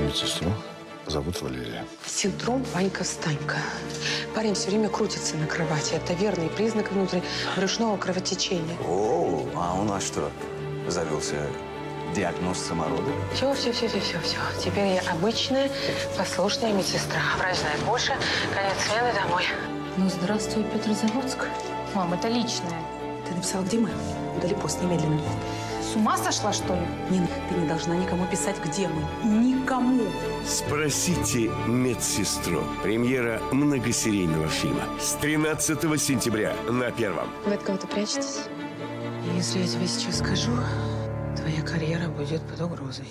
медсестру. Зовут Валерия. Синдром Ванька-Станька. Парень все время крутится на кровати. Это верный признак внутрибрюшного кровотечения. О, а у нас что, завелся диагноз саморода? Все, все, все, все, все, все. Теперь я обычная, послушная медсестра. Врач знает больше. Конец смены домой. Ну, здравствуй, Петрозаводск. Мам, это личное. Ты написала, где мы? Удали пост немедленно. С ума сошла, что ли? Нина, ты не должна никому писать, где мы. Никому. Спросите медсестру. Премьера многосерийного фильма с 13 сентября на первом. Вы от кого-то прячетесь? Если я тебе сейчас скажу, твоя карьера будет под угрозой.